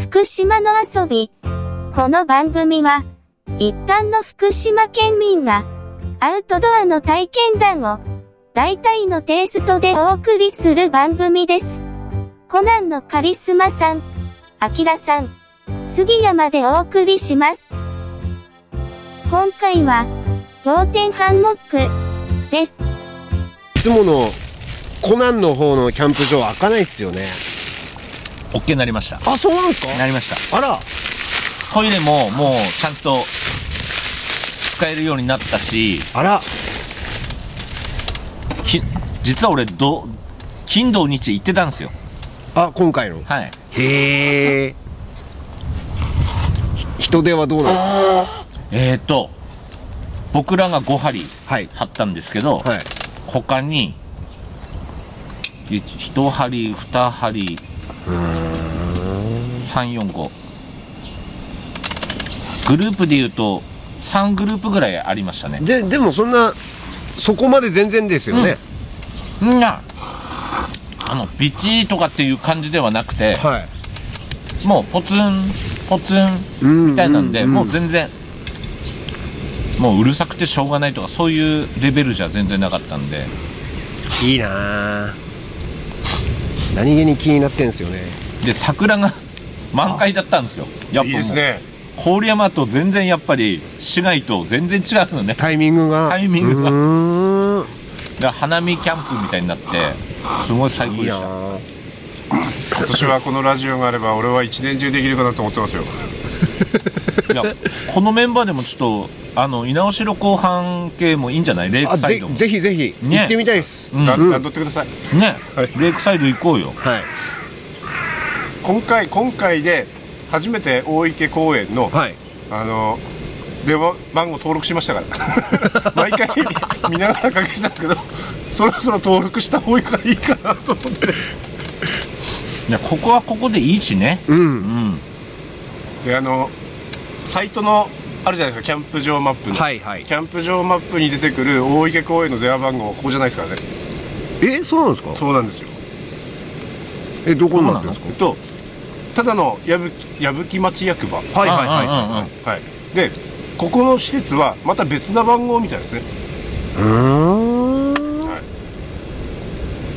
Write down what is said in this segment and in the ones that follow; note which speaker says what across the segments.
Speaker 1: 福島の遊び。この番組は、一般の福島県民が、アウトドアの体験談を、大体のテイストでお送りする番組です。コナンのカリスマさん、アキラさん、杉山でお送りします。今回は、仰天ハンモック、です。
Speaker 2: いつものコナンの方のキャンプ場開かないっすよね。
Speaker 3: OK になりました。
Speaker 2: あ、そうなんですか
Speaker 3: なりました。
Speaker 2: あら、
Speaker 3: トイレももうちゃんと使えるようになったし、
Speaker 2: あら、
Speaker 3: き実は俺、ど、金土日行ってたんですよ。
Speaker 2: あ、今回の。
Speaker 3: はい。
Speaker 2: へえ。人手はどうなんで
Speaker 3: えーと、僕らが5針
Speaker 2: すかはい。
Speaker 3: 貼ったんですけど、
Speaker 2: はい。
Speaker 3: 他に、1針、2針、3、4、5。グループで言うと、3グループぐらいありましたね。
Speaker 2: で、でもそんな、そこまで全然ですよね。
Speaker 3: んなあのビチーとかっていう感じではなくて
Speaker 2: はい。
Speaker 3: もうポツンポツン
Speaker 2: うん
Speaker 3: みたいなんで、
Speaker 2: うん
Speaker 3: もう全然もううるさくてしょうがないとかそういうレベルじゃ全然なかったんで
Speaker 2: いいなぁ何気に気になってんすよね。
Speaker 3: で桜が 満開だったんですよやっぱもう
Speaker 2: ね。
Speaker 3: 郡山と全然やっぱり市街と全然違うのねだか
Speaker 2: タイミングが。
Speaker 3: タイミングが
Speaker 2: うーん。
Speaker 3: ら花見キャンプみたいになってすごい最高
Speaker 2: いい
Speaker 3: で
Speaker 2: な
Speaker 3: した
Speaker 2: ぁ
Speaker 4: 今年はこのラジオがあれば俺は一年中できるかなと思ってますよ
Speaker 3: いやこのメンバーでもちょっとあの稲尾城後半系もいいんじゃないレイ
Speaker 2: あ、
Speaker 3: クサイ
Speaker 2: ぜ
Speaker 3: ドも
Speaker 2: ぜひぜひ、
Speaker 3: ね
Speaker 2: 行ってみたいです。
Speaker 3: うん
Speaker 4: ララドってください
Speaker 3: ね、
Speaker 4: はい
Speaker 3: レイクサイド行こうよ
Speaker 2: はい。
Speaker 4: 今回今回で初めて大池公園の
Speaker 2: はい。
Speaker 4: あの電話番号登録しましたから 毎回見ながらかけてたんですけどそろそろ登録した方がいいかなと思って
Speaker 3: いやここはここでいいしね
Speaker 2: うん
Speaker 3: う。ん
Speaker 4: であのサイトのあるじゃないですかキャンプ場マップの、
Speaker 2: はいはい。
Speaker 4: キャンプ場マップに出てくる大池公園の電話番号はここじゃないですからね
Speaker 2: え、そうなんですか
Speaker 4: そうなんですよ
Speaker 2: え、どこになってるんですか
Speaker 4: えっとただの矢吹矢吹町役場
Speaker 2: は
Speaker 3: うんうんうん
Speaker 4: はい、でここの施設はまた別な番号みたいですね
Speaker 2: い。うーん。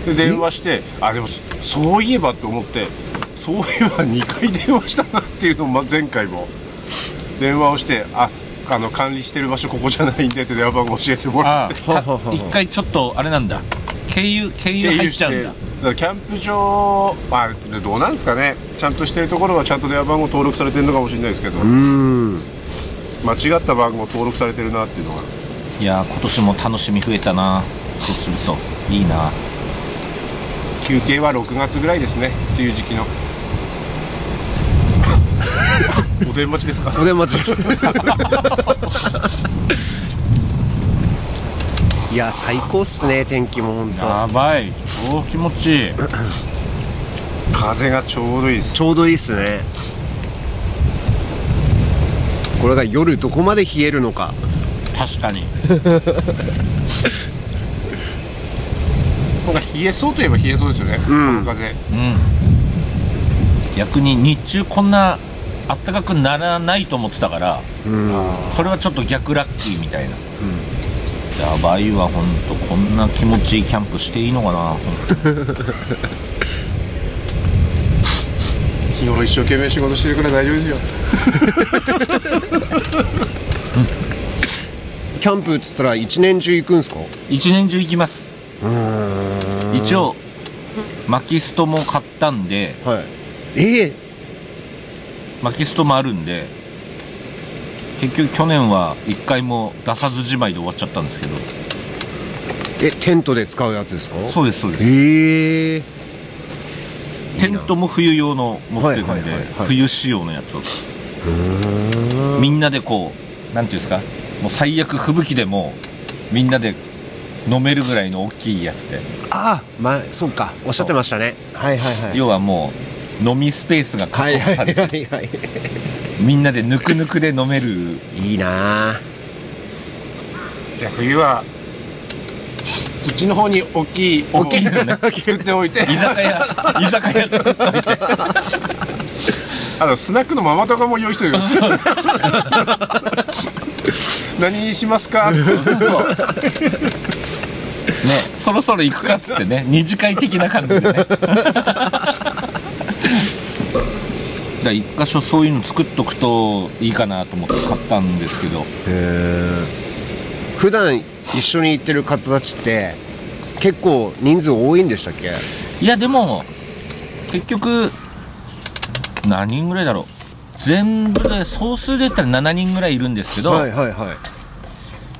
Speaker 4: で電話してあでもそういえばと思ってそういえば2回電話したなっていうのをま前回も電話をしてああの管理してる場所ここじゃないんでって電話番号教えてもら
Speaker 3: あ
Speaker 4: って
Speaker 2: ほうほうほ
Speaker 3: あ
Speaker 2: う
Speaker 3: 一回ちょっとあれなんだ経由経由
Speaker 4: 経
Speaker 3: 入
Speaker 4: 由
Speaker 3: っ
Speaker 4: し
Speaker 3: ちゃうん
Speaker 4: て
Speaker 3: だ
Speaker 4: からキャンプ場あでどうなんですかねちゃんとしてるところはちゃんと電話番号登録されてるのかもしれないですけど
Speaker 2: うん。
Speaker 4: 間違った番号登録されてるなっていうのが
Speaker 3: いやー今年も楽しみ増えたなそうするといいな
Speaker 4: 休憩は6月ぐらいですね梅雨時期のお電待ちですか
Speaker 2: お電待ちです。 いや、最高っすね、天気も本当。
Speaker 3: やばい超気持ちいい
Speaker 4: 風がちょうどいいです
Speaker 2: ちょうどいいっすね。これが夜どこまで冷えるのか。
Speaker 3: 確かに
Speaker 4: なんか冷えそうといえば冷えそうですよね、
Speaker 2: ん
Speaker 4: この風
Speaker 3: うん逆に日中こんなあったかくならないと思ってたから
Speaker 2: うん。
Speaker 3: それはちょっと逆ラッキーみたいな、やばいわほんとこんな気持ちいいキャンプしていいのかなほんと
Speaker 4: 日頃一生懸命仕事してるから大丈夫ですよ
Speaker 2: キャンプっつったら一年中行くんすか
Speaker 3: 一年中行きます一応薪ストも買ったんで
Speaker 2: はい。ええ
Speaker 3: 薪ストもあるんで結局去年は一回も出さずじまいで終わっちゃったんですけど
Speaker 2: え、テントで使うやつですか
Speaker 3: そうですそうです
Speaker 2: ええ
Speaker 3: テントも冬用の持ってるんで、
Speaker 2: はいはいはいはい
Speaker 3: 冬仕様のやつをみんなでこうなんていうんですかもう最悪吹雪でもみんなで飲めるぐらいの大きいやつで
Speaker 2: ああ、まあ、そうか。おっしゃってましたね。はいはいは。
Speaker 3: 要はもう飲みスペースが
Speaker 2: は
Speaker 3: 確
Speaker 2: い
Speaker 3: 保
Speaker 2: はい
Speaker 3: されて
Speaker 2: はいはい。
Speaker 3: みんなでぬくぬくで飲める
Speaker 2: いいなあ
Speaker 4: じゃあ冬はそっちの方に大きい
Speaker 3: 大きいのね
Speaker 4: 作っておいて
Speaker 3: 居酒屋、居酒屋作っといて。
Speaker 4: あのスナックのママとかも用意してる 何にしますか
Speaker 3: そうそうねそろそろ行くかっつってね二次会的な感じでね だから一箇所そういうの作っとくといいかなと思って買ったんですけど
Speaker 2: へー普段一緒に行ってる方たちって結構人数多いんでしたっけ
Speaker 3: いやでも結局何人ぐらいだろう全部で総数で言ったら7人ぐらいいるんですけど、
Speaker 2: はいはいはい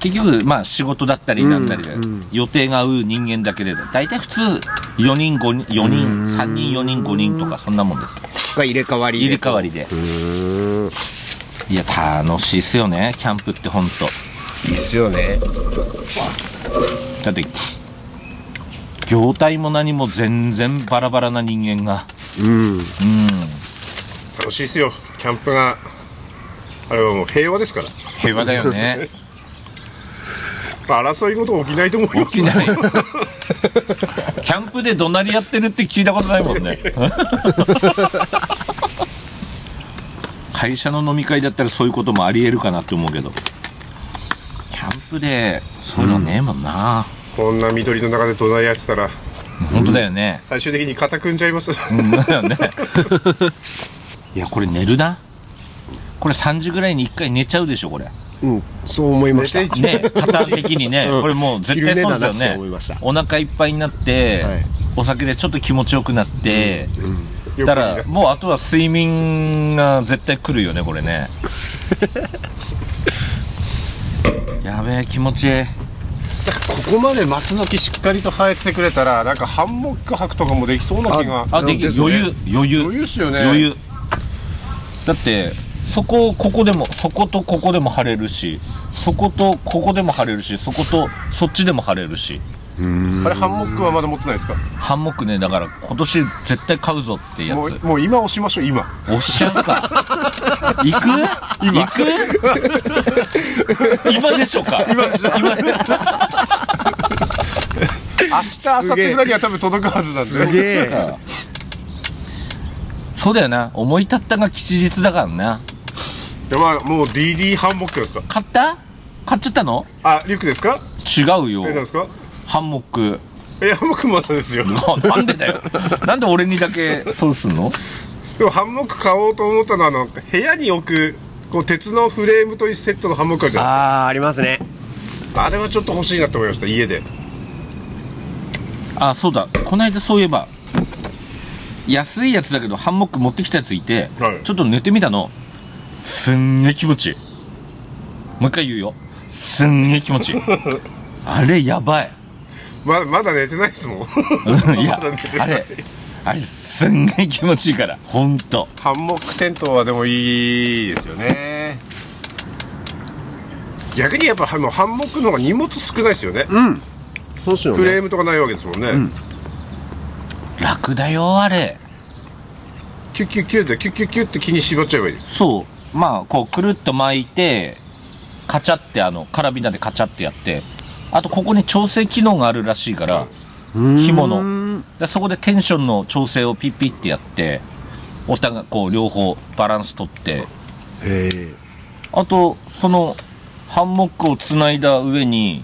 Speaker 3: 結局まあ仕事だったりなんだりで、
Speaker 2: うんうん
Speaker 3: 予定が合う人間だけで大体普通4人5人4人3人4人5人とかそんなもんです
Speaker 2: が入れ替わり
Speaker 3: 入れ替わりで
Speaker 2: うーん
Speaker 3: いや楽しいっすよねキャンプってほんと
Speaker 2: いいっすよね
Speaker 3: だって業態も何も全然バラバラな人間が
Speaker 2: うん
Speaker 3: うん
Speaker 4: 楽しいですよキャンプがあれはもう平和ですから、
Speaker 3: 平和だよね
Speaker 4: まあ、争い事起きないと思いま す
Speaker 3: 起きないキャンプで怒鳴り合ってるって聞いたことないも んね会社の飲み会だったらそういうこともありえるかなって思うけどキャンプでそういうのねえもんな、
Speaker 4: こんな緑の中でどないやってたら
Speaker 3: 本当だよね、
Speaker 4: 最終的に肩組んじゃいます
Speaker 3: うんだよねいやこれ寝るなこれ3時ぐらいに1回寝ちゃうでしょこれ
Speaker 2: うんそう思いました
Speaker 4: 寝て
Speaker 3: ねパターン的にね、
Speaker 2: うん
Speaker 3: これもう絶対そうですよ
Speaker 2: 昼寝だなって
Speaker 3: ね
Speaker 2: 思いました
Speaker 3: お腹いっぱいになって、
Speaker 2: はい
Speaker 3: お酒でちょっと気持ちよくなって、
Speaker 4: よく
Speaker 3: だか
Speaker 4: ね
Speaker 3: らもうあとは睡眠が絶対来るよねこれねやべえ気持ちいい
Speaker 4: ここまで松の木しっかりと生えてくれたらなんかハンモック泊とかもできそうな気が
Speaker 3: あできる余裕余裕
Speaker 4: 余裕っすよね
Speaker 3: 余裕だってそこここでもそことここでも晴れるしそことここでも晴れるしそことそっちでも晴れるし
Speaker 4: あれハンモックはまだ持ってないですか
Speaker 3: ハンモックねだから今年絶対買うぞってや
Speaker 4: もう
Speaker 3: つ
Speaker 4: もう今押しましょう今
Speaker 3: おっしゃるか行く行く今でしょうか今でしょ
Speaker 4: 明日明後日ぐらいには多分届くはずなんです
Speaker 2: げえ
Speaker 3: そうだよな思い立ったが吉日だからな
Speaker 4: でまあもう DD ハンモックですか
Speaker 3: 買った買っちゃったの
Speaker 4: あリュックですか
Speaker 3: 違うよ
Speaker 4: えなんですか
Speaker 3: ハンモック
Speaker 4: えハンモックまだですよ
Speaker 3: な なんでだよなんで俺にだけそうすんの
Speaker 4: でもハンモック買おうと思ったのはあの部屋に置くこう鉄のフレームというセットのハンモックあるじゃない
Speaker 2: ああありますね
Speaker 4: ですかあれはちょっと欲しいなと思いました家で
Speaker 3: あそうだこの間そういえば安いやつだけどハンモック持ってきたやついて、
Speaker 4: はい
Speaker 3: ちょっと寝てみたのすんげえ気持ちいいもう一回言うよすんげえ気持 ちいいあれやば い
Speaker 4: まだまだ寝てないです もん
Speaker 3: いや
Speaker 4: まだ寝
Speaker 3: あ
Speaker 4: てない
Speaker 3: れあれすんげえ気持ちいいからほんと
Speaker 4: ハンモックテントはでもいいですよね逆にやっぱもうハンモックの方が荷物少ないですよね
Speaker 2: そうっすよ
Speaker 4: フレ
Speaker 2: ね
Speaker 4: ームとかないわけですもんね、
Speaker 3: 楽だよあれ
Speaker 4: キュッキュッキュッってキュッキュッキュッって気に縛っちゃえばいいです
Speaker 3: そうまあこうくるっと巻いてカチャってあのカラビナでカチャってやってあとここに調整機能があるらしいから紐のでそこでテンションの調整をピッピッってやってお互いこう両方バランス取って
Speaker 2: へえ
Speaker 3: あとそのハンモックをつないだ上に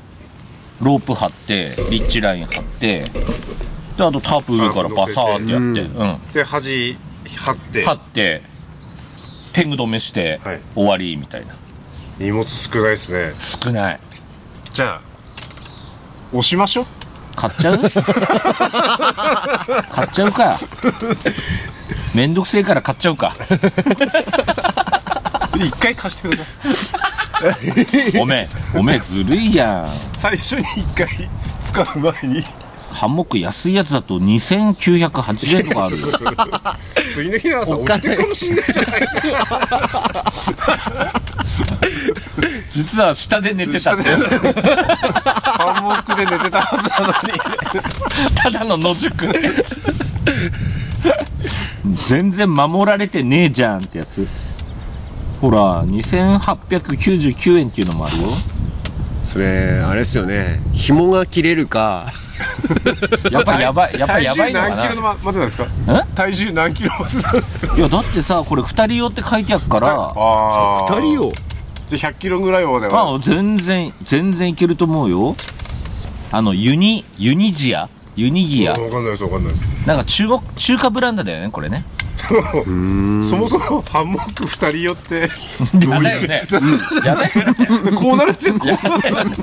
Speaker 3: ロープ張ってリッチライン張ってであとタープ上からバサーってやってうん
Speaker 4: で端張って
Speaker 3: 張ってペング止めして
Speaker 4: はい
Speaker 3: 終わりみたいな
Speaker 4: 荷物少ないですね
Speaker 3: 少ない
Speaker 4: じゃあ押しましょう
Speaker 3: 買っちゃ う買っちゃうかめんどくせえから買っちゃうか
Speaker 4: 一回貸してください
Speaker 3: おめえおめえずるいやん
Speaker 4: 最初に一回 使う前に
Speaker 3: ハンモック安いやつだと2980円とかあるよ
Speaker 4: 次の日の朝押してるかもしれないじゃ ない
Speaker 3: 実は下で寝てたって
Speaker 4: ハンモックで寝てたはずなのに
Speaker 3: ただの野宿のやつ全然守られてねえじゃんってやつほら2899円っていうのもあるよ
Speaker 2: それあれですよね紐が切れるか
Speaker 3: やっぱやばいやっぱやばいのか
Speaker 4: 体重何キロの
Speaker 3: な
Speaker 4: ま待ってたんですか体重何キロまでなんですか
Speaker 3: いやだってさこれ2人用って書いてあるから
Speaker 4: あ
Speaker 2: 二人
Speaker 4: を
Speaker 2: を
Speaker 4: じゃあ100キロぐらいまでは
Speaker 3: あ全然全然いけると思うよあのユニユニジアユニギア
Speaker 4: 分かんないです分かんないです
Speaker 3: なんか中国中華ブランドだよねこれね
Speaker 4: そもそもハンモック2人よって
Speaker 3: やだよねやだよね
Speaker 4: こうなるってこう
Speaker 3: やだよね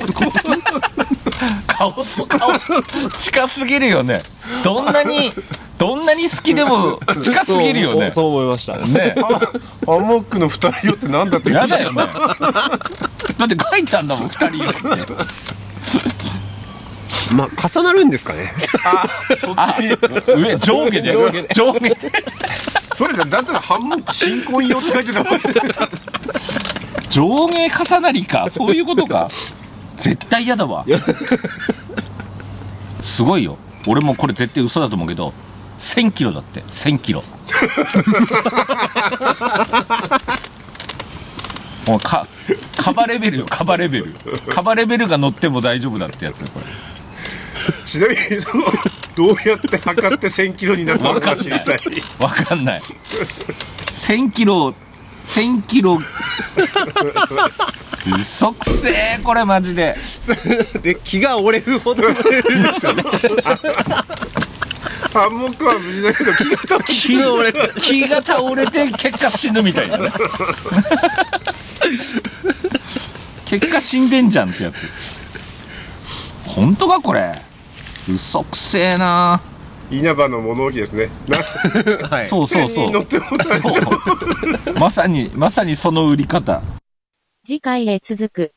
Speaker 3: 顔と顔近すぎるよねどんなにどんなに好きでも近すぎるよね
Speaker 5: そう思いました
Speaker 3: ね
Speaker 4: ハンモックの2人よってなんだって
Speaker 3: やだよねだって書いてあんだもん2人よって
Speaker 2: まあ重なるんですかね
Speaker 3: あ上上下で上下で
Speaker 4: それだだったらハンモック新婚よって書いてたもん
Speaker 3: 上下重なり かそういうことか絶対嫌だわすごいよ俺もこれ絶対嘘だと思うけど1000キロだって1000キロ もうかカバレベルよカバレベルよカバレベルが乗っても大丈夫だってやつねこれ
Speaker 4: ちなみにそのどうやって測って1000キロになったのか知りたい
Speaker 3: わかんない1000キロ1000キ ロ嘘くせえこれマジで
Speaker 2: で気が折れる ほど折れるんですよね
Speaker 4: ハンモックは無事だけど気が立っ
Speaker 3: 木が木が倒れて結果死ぬみたいなね結果死んでんじゃんってやつ本当かこれ嘘くせえな、
Speaker 4: た稲葉の物置ですねな
Speaker 2: はい
Speaker 3: そうそうそ
Speaker 4: 船
Speaker 3: う
Speaker 4: に乗っても
Speaker 3: そうまさにまさにその売り方
Speaker 6: 次回へ続く。